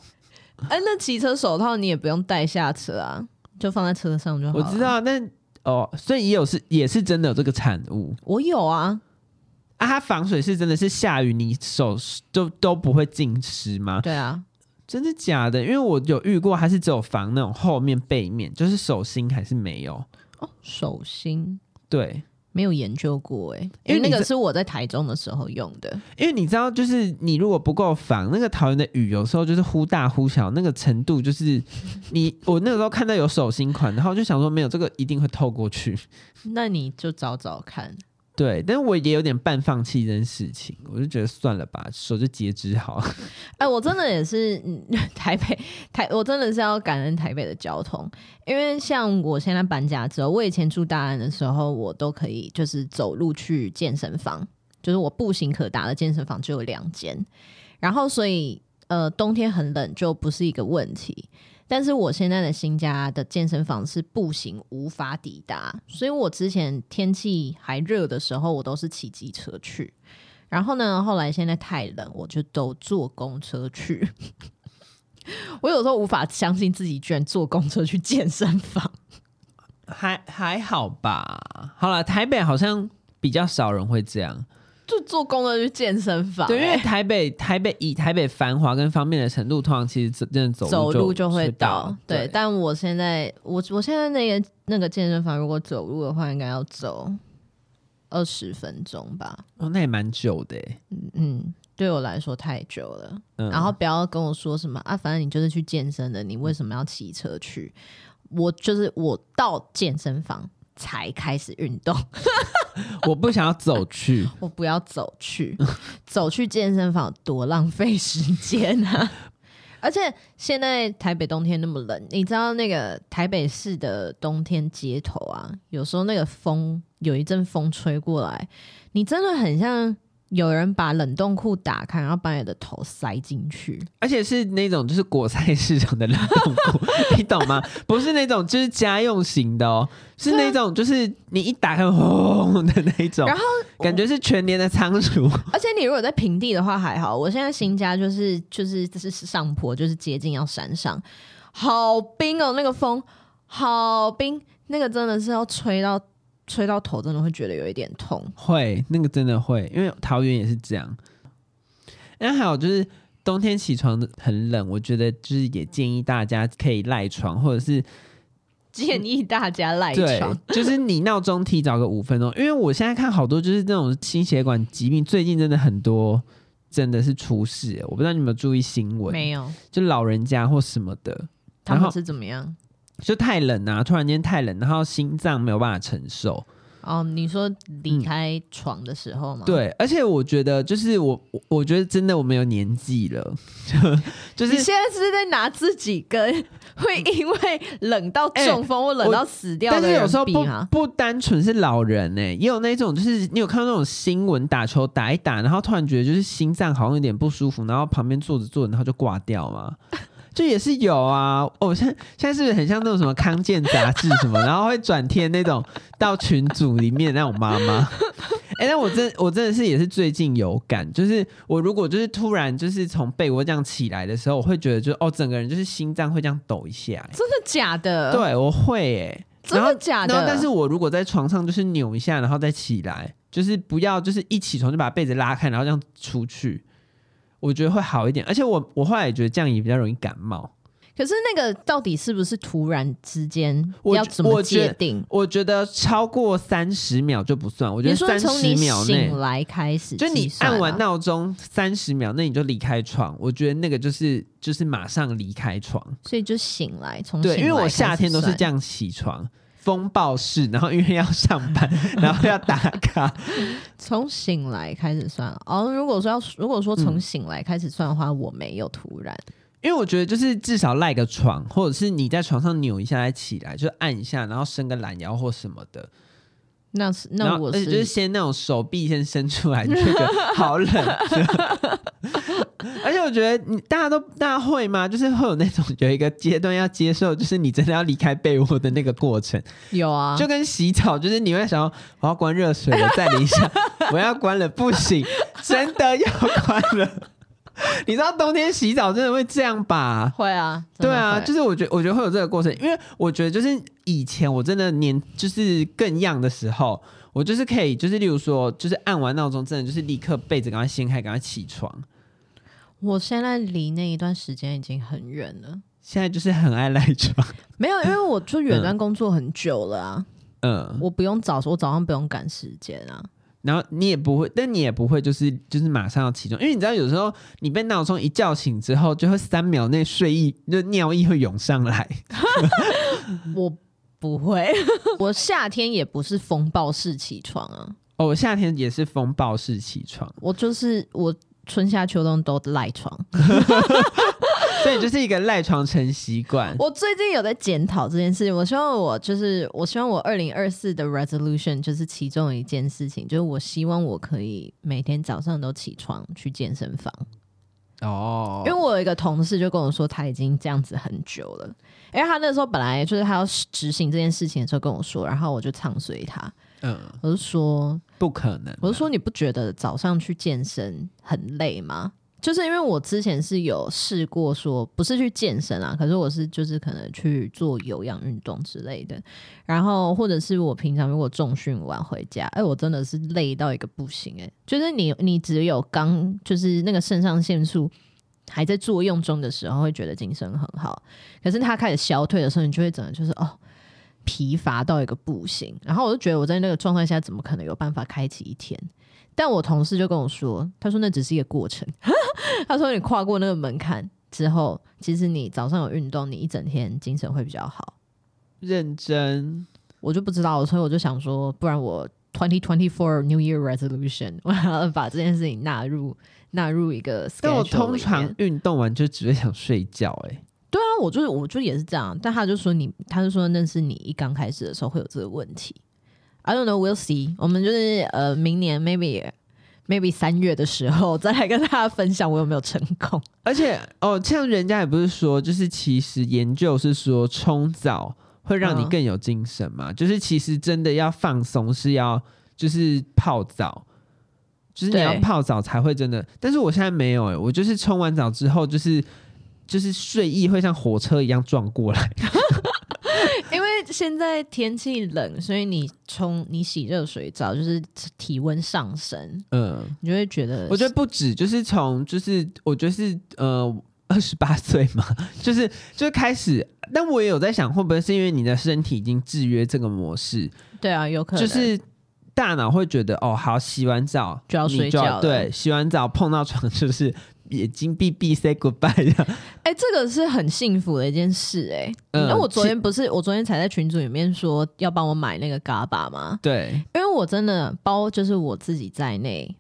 B: 哎、那骑车手套你也不用带下车啊，就放在车上就好
A: 我
B: 了。
A: 知，道，但哦，所以也有是也是真的有这个产物
B: 我有啊，
A: 啊。它防水是真的是下雨，你手都都不会浸湿吗？
B: 对啊，
A: 真的假的？因为我有遇过，还是只有防那种后面背面，就是手心还是没有。
B: 哦，手心
A: 对，
B: 没有研究过哎、因
A: 因为
B: 为
A: 你
B: 那个
A: 这
B: 是我在台中的时候用的，
A: 因为你知道，就是你如果不够防，那个桃园的雨有时候就是忽大忽小，那个程度就是你我那个时候看到有手心款，然后我就想说没有这个一定会透过去。
B: 那你就找找看。
A: 对，但是我也有点半放弃这件事情，我就觉得算了吧，手就截肢好。
B: 哎，我真的也是嗯 台北台，我真的是要感恩台北的交通，因为像我现在搬家之后，我以前住大安的时候，我都可以就是走路去健身房，就是我步行可达的健身房只有两间，然后所以呃冬天很冷就不是一个问题。但是我现在的新家的健身房是步行无法抵达，所以我之前天气还热的时候，我都是骑机车去。然后呢，后来现在太冷，我就都坐公车去。 我有时候无法相信自己居然坐公车去健身房。
A: 还还好吧，好了，台北好像比较少人会这样，
B: 就坐公车去健身房、
A: 对，因为
B: 欸
A: 台北台北以台北繁华跟方便的程度，通常其实真的走
B: 走
A: 路
B: 路就会到。对，
A: 对，
B: 但我现在我我现在那个那个健身房，如果走路的话，应该要走二十分钟吧。
A: 哦，那也蛮久的欸，
B: 嗯，对我来说太久了。
A: 嗯
B: 然后不要跟我说什么啊，反正你就是去健身的，你为什么要骑车去？我就是我到健身房才开始运动，
A: 我不想要走去，
B: 我不要走去，走去健身房多浪费时间啊！而且现在台北冬天那么冷，你知道那个台北市的冬天街头啊，有时候那个风有一阵风吹过来，你真的很像有人把冷冻库打开，然后把你的头塞进去。
A: 而且是那种就是果菜市场的冷冻库， 你懂吗？不是那种就是家用型的哦，是那种就是你一打开轰的那种，
B: 然后
A: 感觉是全年的仓鼠，
B: 而且你如果在平地的话还好，我现在新家就是就是这是上坡，就是接近要山上，好冰哦，那个风好冰，那个真的是要吹到吹到头，真的会觉得有一点痛。
A: 会，那个真的会，因为桃园也是这样。那还有就是冬天起床很冷，我觉得就是也建议大家可以赖床，或者是
B: 建议大家赖
A: 对
B: 床，，
A: 就是你闹钟提早个五分钟，因为我现在看好多就是那种心血管疾病，最近真的很多真的是出事，我不知道你有没有注意新闻，
B: 没有
A: 就老人家或什么的，
B: 他
A: 然后
B: 们是怎么样？
A: 就太冷啊，突然间太冷，然后心脏没有办法承受，
B: 哦，你说离开床的时候吗？，
A: 对，而且我觉得就是我，我我觉得真的我们有年纪了， 就
B: 你
A: 是
B: 现在是在拿自己跟会因为冷到中风或冷到死掉
A: 哎但
B: 的
A: 是有
B: 人
A: 时候
B: 比
A: 不
B: 吗？
A: 不单纯是老人呢、也有那种就是你有看到那种新闻打球打一打，然后突然觉得就是心脏好像有点不舒服，然后旁边坐着坐着然后就挂掉嘛。 就也是有啊，哦，现在现在是不是很像那种什么康健杂志什么，然后会转贴那种到群组里面那种妈妈。 哎、那我真我真的是也是最近有感，就是我如果就是突然就是从被窝这样起来的时候，我会觉得就是哦，整个人就是心脏会这样抖一下、欸
B: 真的假的？，
A: 对，我会哎、
B: 真
A: 然后
B: 的假
A: 然
B: 的
A: 后？但是我如果在床上就是扭一下，然后再起来，就是不要就是一起床就把被子拉开，然后这样出去，我觉得会好一点。而且我我后来也觉得这样也比较容易感冒。
B: 可是那个到底是不是突然之间
A: 我
B: 要
A: 觉
B: 怎么
A: 我觉
B: 界定？
A: 我觉得超过三十秒就不算，我觉
B: 你
A: 得
B: 说
A: 三
B: 从
A: 十
B: 你
A: 秒内
B: 醒。来开始
A: 就你
B: 计算啊
A: 按完闹钟三十秒，那你就离开床。我觉得那个就是就是马上离开床。
B: 所以就嗯醒来，从
A: 对，因为我夏天都是这
B: 样，
A: 样起床，风暴式，然后因为要上班， 然后要打卡，
B: 从醒来开始算。哦，如果说要如果说
A: 嗯
B: 从醒来开始算的话，我没有突然。
A: 因为我觉得就是至少赖个床，或者是你在床上扭一下再起来，就按一下，然后伸个懒腰或什么的。
B: 那是
A: 然
B: 那
A: 后
B: 我
A: 而且就是
B: 是
A: 先那种手臂先伸出来，你就觉得好冷。而且我觉得你大家都大家会吗？就是会有那种有一个阶段要接受，就是你真的要离开被窝的那个过程，
B: 有啊，
A: 就跟洗澡，就是你会想要我要关热水了，再淋一下，我要关了，不 行，真的要关了。你知道冬天洗澡真的会这样吧？
B: 会啊，真
A: 对
B: 的
A: 啊，
B: 会
A: 就是我觉得我觉得会有这个过程，因为我觉得就是呃以前我真的年就是更样的时候，我就是可以就是例如说就是按完闹钟，真的就是立刻被子赶快掀开，赶快起床。
B: 我现在离那一段时间已经很远了，
A: 现在就是很爱赖床。
B: 没有，因为我就远端工作很久了啊，
A: 嗯，
B: 我不用早，我早上不用赶时间啊。
A: 然后你也不会，但你也不会就是就是马上要起床，因为你知道有时候你被闹钟一叫醒之后，就会三秒内睡意就尿意会涌上来。
B: 我不会， 我夏天也不是风暴式起床啊，
A: 哦，我夏天也是风暴式起床，
B: 我就是我春夏秋冬都赖床。
A: 所以就是一个赖床成习惯。
B: 我最近有在检讨这件事情，我希望我就是我希望我二零二四的 resolution 就是其中一件事情，就是我希望我可以每天早上都起床去健身房，
A: 哦
B: 因为，我有一个同事就跟我说他已经这样子很久了，因为他那时候本来就是他要执行这件事情的时候跟我说，然后我就唱衰他，
A: 嗯，
B: 我就说
A: 不可能。
B: 我就说你不觉得早上去健身很累吗？就是因为我之前是有试过说，不是去健身啊，可是我是就是可能去做有氧运动之类的，然后或者是我平常如果重训完回家，哎、我真的是累到一个不行哎、就是你你只有刚就是那个肾上腺素还在作用中的时候，会觉得精神很好，可是它开始消退的时候，你就会整个就是哦，疲乏到一个不行，然后我就觉得我在那个状态下怎么可能有办法开启一天？但我同事就跟我说，他说那只是一个过程， 他说你跨过那个门槛之后，其实你早上有运动，你一整天精神会比较好。
A: 认真，
B: 我就不知道，所以我就想说，不然我 twenty twenty four New Year resolution，我 要把这件事情纳入纳入一个 schedule
A: 但我
B: 里
A: 通
B: 面
A: 常运动完就只会想睡觉、哎，
B: 对啊，我就我就也是这样，但他就说你，他就说那是你一刚开始的时候会有这个问题。I don't know, we'll see。我们就是呃，明年 maybe maybe 三月的时候再来跟大家分享我有没有成功。
A: 而且哦，像人家也不是说，就是其实研究是说冲澡会让你
B: 嗯
A: 更有精神嘛，就是其实真的要放松是要就是泡澡，就是你
B: 对
A: 要泡澡才会真的。但是我现在没有哎、我就是冲完澡之后就是。就是睡意会像火车一样撞过来，
B: 因为现在天气冷，所以你冲你洗热水澡就是体温上升，
A: 嗯，
B: 你就会觉得
A: 我觉得不止，就是从就是我觉得是呃二十八岁嘛， 就是就开始，但我也有在想，会不会是因为你的身体已经制约这个模式，
B: 对啊，有可能
A: 就是大脑会觉得哦，好，洗完澡
B: 就要
A: 你
B: 睡觉了
A: 对，洗完澡碰到床就是眼睛闭闭 say goodbye 这样。
B: 哎、这个是很幸福的一件事哎、
A: 嗯
B: 那、我昨
A: 其
B: 天不是我昨天才在群组里面说要帮我买那个 GABA 吗？
A: 对，
B: 因为我真的包就是我自己在内，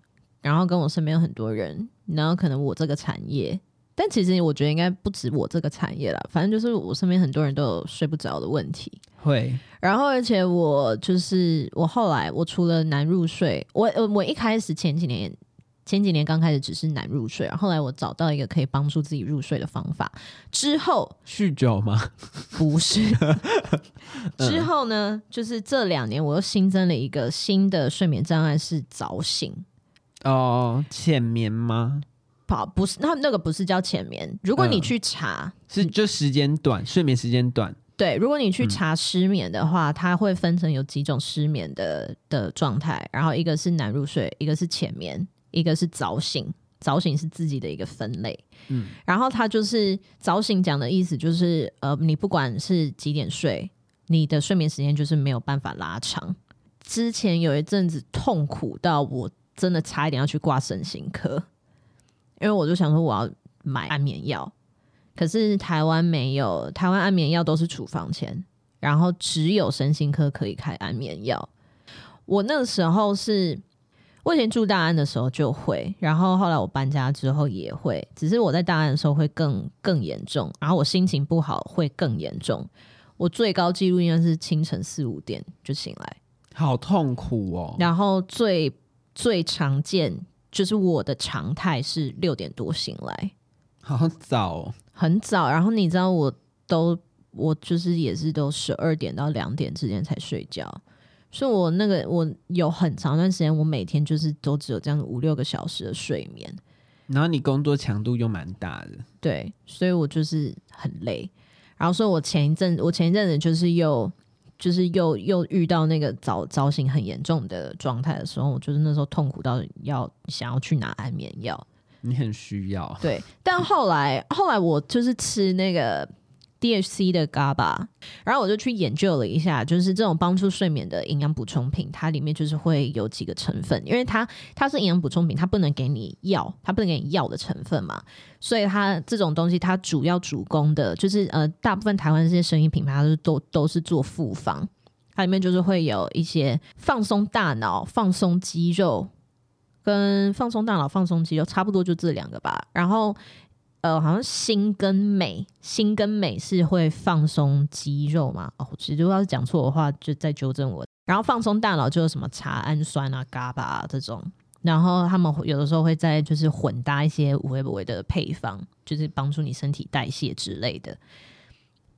B: 然后跟我身边有很多人，然后可能我这个产业，但其实我觉得应该不止我这个产业啦，反正就是我身边很多人都有睡不着的问题。
A: 会，
B: 然后，而且我就是我后来我除了难入睡，我我我一开始前几年前几年刚开始只是难入睡，然后后来我找到一个可以帮助自己入睡的方法之后，
A: 酗酒吗？
B: 不是。之后呢，就是这两年我又新增了一个新的睡眠障碍是早醒，
A: 哦，浅眠吗？
B: 不不是，那那个不是叫浅眠。如果你
A: 嗯
B: 去查，
A: 是就时间短，睡眠时间短。
B: 对，如果你去查失眠的话，它会分成有几种失眠的的状态，然后一个是难入睡，一个是浅眠，一个是早醒。早醒是自己的一个分类，嗯，然后它就是早醒讲的意思就是，呃，你不管是几点睡，你的睡眠时间就是没有办法拉长。之前有一阵子痛苦到我真的差一点要去挂身心科，因为我就想说我要买安眠药，可是台湾没有，台湾安眠药都是处方签，然后只有身心科可以开安眠药。我那个时候是，我以前住大安的时候就会，然后后来我搬家之后也会，只是我在大安的时候会更更严重，然后我心情不好会更严重。我最高记录应该是清晨四五点就醒来，
A: 好痛苦哦！
B: 然后最最常见就是我的常态是六点多醒来，
A: 好早哦，
B: 很早，然后你知道我都我就是也是都十二点到两点之间才睡觉，所以我那个我有很长一段时间，我每天就是都只有这样五六个小时的睡眠，
A: 然后你工作强度又蛮大的，
B: 对，所以我就是很累。然后所以我前一阵我前一阵子就是又就是又又遇到那个早早醒很严重的状态的时候，我就是那时候痛苦到要想要去拿安眠药。
A: 你很需要，
B: 对，但后来后来我就是吃那个 DHC 的 GABA，然后我就去研究了一下，就是这种帮助睡眠的营养补充品，它里面就是会有几个成分，因为它它是营养补充品，它不能给你药，它不能给你药的成分嘛，所以它这种东西它主要主攻的就是呃，大部分台湾这些生意品牌它都都都是做复方。它里面就是会有一些放松大脑、放松肌肉，跟放松大脑、放松肌肉差不多，就这两个吧。然后，呃，好像心跟美，心跟美是会放松肌肉嘛？哦，其实如果要是讲错的话，就再纠正我。然后放松大脑就是什么茶氨酸啊、GABA 啊这种。然后他们会有的时候会在就是混搭一些无微不微的配方，就是帮助你身体代谢之类的。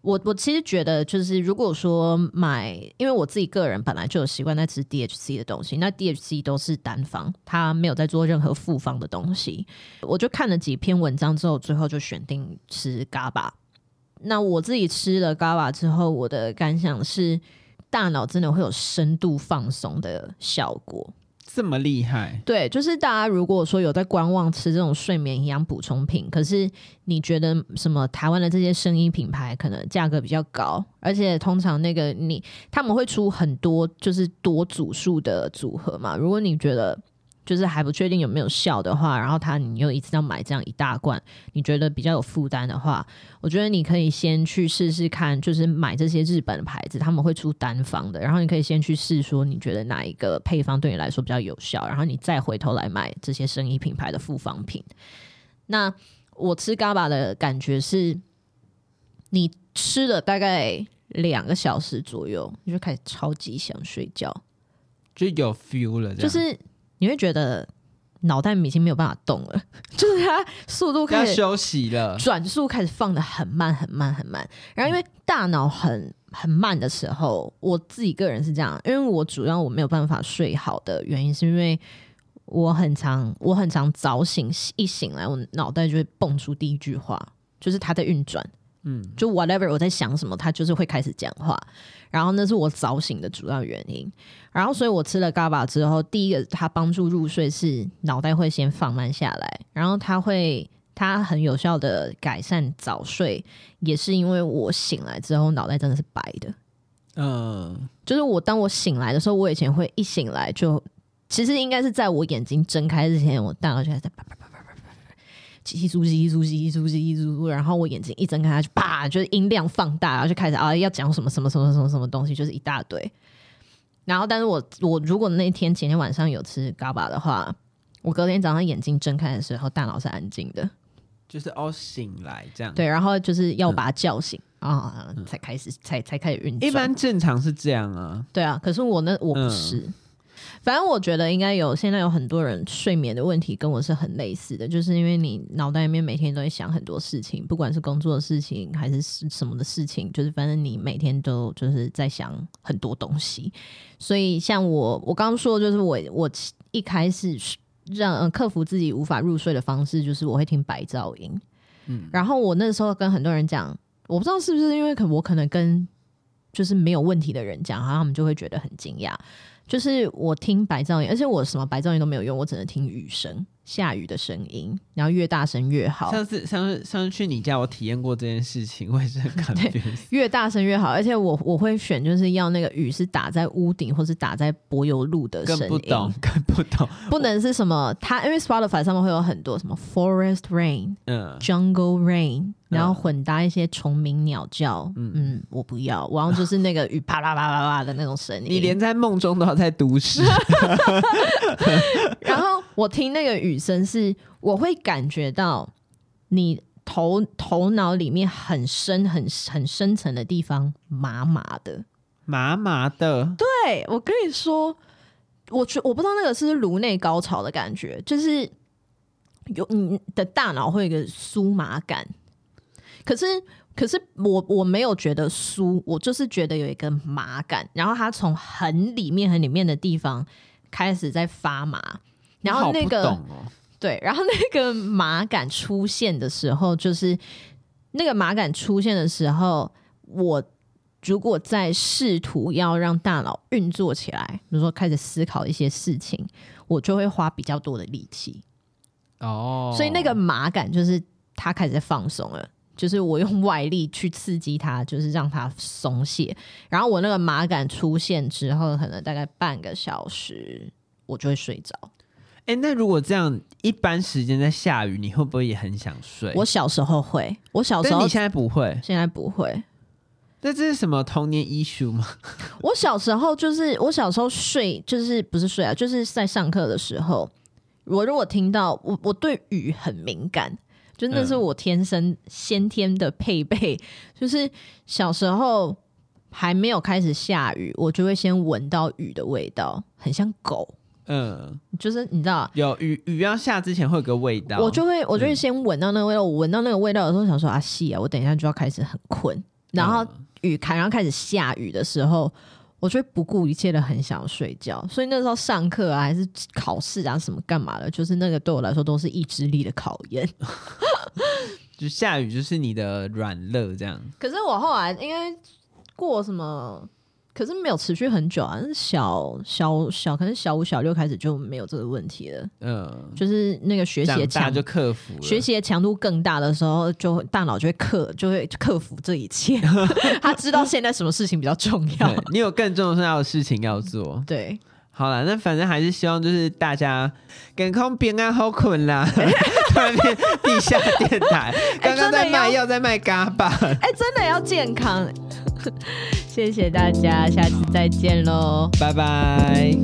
B: 我我其实觉得，就是如果说买，因为我自己个人本来就有习惯在吃 DHC 的东西，那 DHC 都是单方，它没有在做任何复方的东西。我就看了几篇文章之后，最后就选定吃 GABA。那我自己吃了 GABA 之后，我的感想是，大脑真的会有深度放松的效果。
A: 这么厉害，
B: 对，就是大家如果说有在观望吃这种睡眠营养补充品，可是你觉得什么台湾的这些生意品牌可能价格比较高，而且通常那个你他们会出很多就是多组数的组合嘛，如果你觉得。就是还不确定有没有效的话，然后他你又一次要买这样一大罐，你觉得比较有负担的话，我觉得你可以先去试试看，就是买这些日本的牌子，他们会出单方的，然后你可以先去试，说你觉得哪一个配方对你来说比较有效，然后你再回头来买这些生意品牌的复方品。那我吃 GABA 的感觉是，你吃了大概两个小时左右，你就开始超级想睡觉。
A: 就有 feel 了这样，
B: 就是你会觉得脑袋已经没有办法动了， 就是它速度
A: 要
B: 开始
A: 休息了，
B: 转速开始放的很慢很慢很慢，然后因为大脑很很慢的时候，我自己个人是这样，因为我主要我没有办法睡好的原因是因为。我很常，我很常早醒，一醒来我脑袋就会蹦出第一句话，就是它在运转，
A: 嗯，
B: 就 whatever 我在想什么，它就是会开始讲话。然后那是我早醒的主要原因。然后所以我吃了 GABA 之后，第一个它帮助入睡是脑袋会先放慢下来，然后它会它很有效的改善早睡，也是因为我醒来之后脑袋真的是白的。
A: 嗯，
B: 就是我当我醒来的时候，我以前会一醒来就，其实应该是在我眼睛睁开之前，我大脑就开始在啪啪啪啪啪啪啪，稀稀疏稀稀疏稀稀疏稀稀疏，然后我眼睛一睁开，它就啪，就是音量放大，然后就开始啊要讲什么什么什么什么什么东西，就是一大堆。然后，但是我我如果那天前天晚上有吃 GABA 的话，我隔天早上眼睛睁开的时候，大脑是安静的。
A: 就是哦醒来这样，
B: 对，然后就是要把它叫醒啊、才开始才才开始运转。
A: 嗯一般正常是这样啊，
B: 对啊，可是我那我不
A: 嗯
B: 是。反正我觉得应该有，现在有很多人睡眠的问题跟我是很类似的，就是因为你脑袋里面每天都在想很多事情，不管是工作的事情还是是什么的事情，就是反正你每天都就是在想很多东西。所以像我，我刚刚说的就是我我一开始让、呃、克服自己无法入睡的方式，就是我会听白噪音。嗯，然后我那时候跟很多人讲，我不知道是不是因为可我可能跟就是没有问题的人讲，然后他们就会觉得很惊讶。就是我听白噪音，而且我什么白噪音都没有用，我只能听雨声、下雨的声音，然后越大声越好，
A: 上次上次上次去你家，我体验过这件事情，我也是很 confused，
B: 越大声越好。而且我我会选就是要那个雨是打在屋顶或是打在柏油路的声
A: 更
B: 音，
A: 不懂，更不懂，
B: 不能是什么它，因为 Spotify 上面会有很多什么 forest rain、
A: 嗯，
B: jungle rain，然后混搭一些虫鸣鸟叫，嗯我不要，我要就是那个雨啪啦啪啦啪啦的那种声音。
A: 你连在梦中都要在都 市，
B: 然后我听那个雨声是，我会感觉到你头头脑里面很深、很很深层的地方麻麻的。
A: 麻麻的，
B: 对我跟你说，我觉我不知道那个是不是颅内高潮的感觉，就是有你的大脑会有一个酥麻感，可是。可是我我没有觉得酥，我就是觉得有一个麻感，然后它从很里面很里面的地方开始在发麻，然后那个
A: 我好不懂哦，
B: 对，然后那个麻感出现的时候，就是那个麻感出现的时候，我如果在试图要让大脑运作起来，比如说开始思考一些事情，我就会花比较多的力气。
A: 哦，
B: 所以那个麻感就是他开始在放松了，就是我用外力去刺激他，就是让他松懈。然后我那个麻感出现之后，可能大概半个小时，我就会睡着。
A: 哎、那如果这样，一般时间在下雨，你会不会也很想睡？
B: 我小时候会，我小时
A: 但
B: 候
A: 你现在不会，
B: 现在不会。
A: 那这是什么童年 issue 吗？
B: 我小时候就是我小时候睡，就是不是睡啊，就是在上课的时候，我如果听到我我对雨很敏感，就那是
A: 嗯
B: 我天生先天的配备， 就是小时候还没有开始下雨，我就会先闻到雨的味道，很像狗，
A: 嗯，
B: 就是你知道。
A: 有雨雨要下之前会有个味道，
B: 我就会，我就会先闻到那个味道。我闻到那个味道的时候，想说啊，戏啊，我等一下就要开始很困。然后
A: 嗯
B: 雨开，然后开始下雨的时候，我就会不顾一切的很想要睡觉。所以那时候上课啊，还是考试啊，什么干嘛的，就是那个对我来说都是意志力的考验。
A: 就下雨就是你的软肋这样。
B: 可是我后来应该过什么，可是没有持续很久啊，是小小小，可能小五小六开始就没有这个问题了，
A: 嗯，
B: 就是那个学习
A: 长
B: 的
A: 大
B: 强
A: 就克服了。
B: 学习的强度更大的时候，就大脑就会克，就会克服这一 切。他知道现在什么事情比较重要
A: 对。你有更重要的事情要做。
B: 对，
A: 好啦，那反正还是希望就是大家健康平安好困啦。 突然变地下电台，刚刚
B: 哎真的
A: 在卖
B: 要
A: 药，在卖嘎巴。
B: 哎、真的要健 康。谢谢大家，下次再见喽。
A: 拜拜。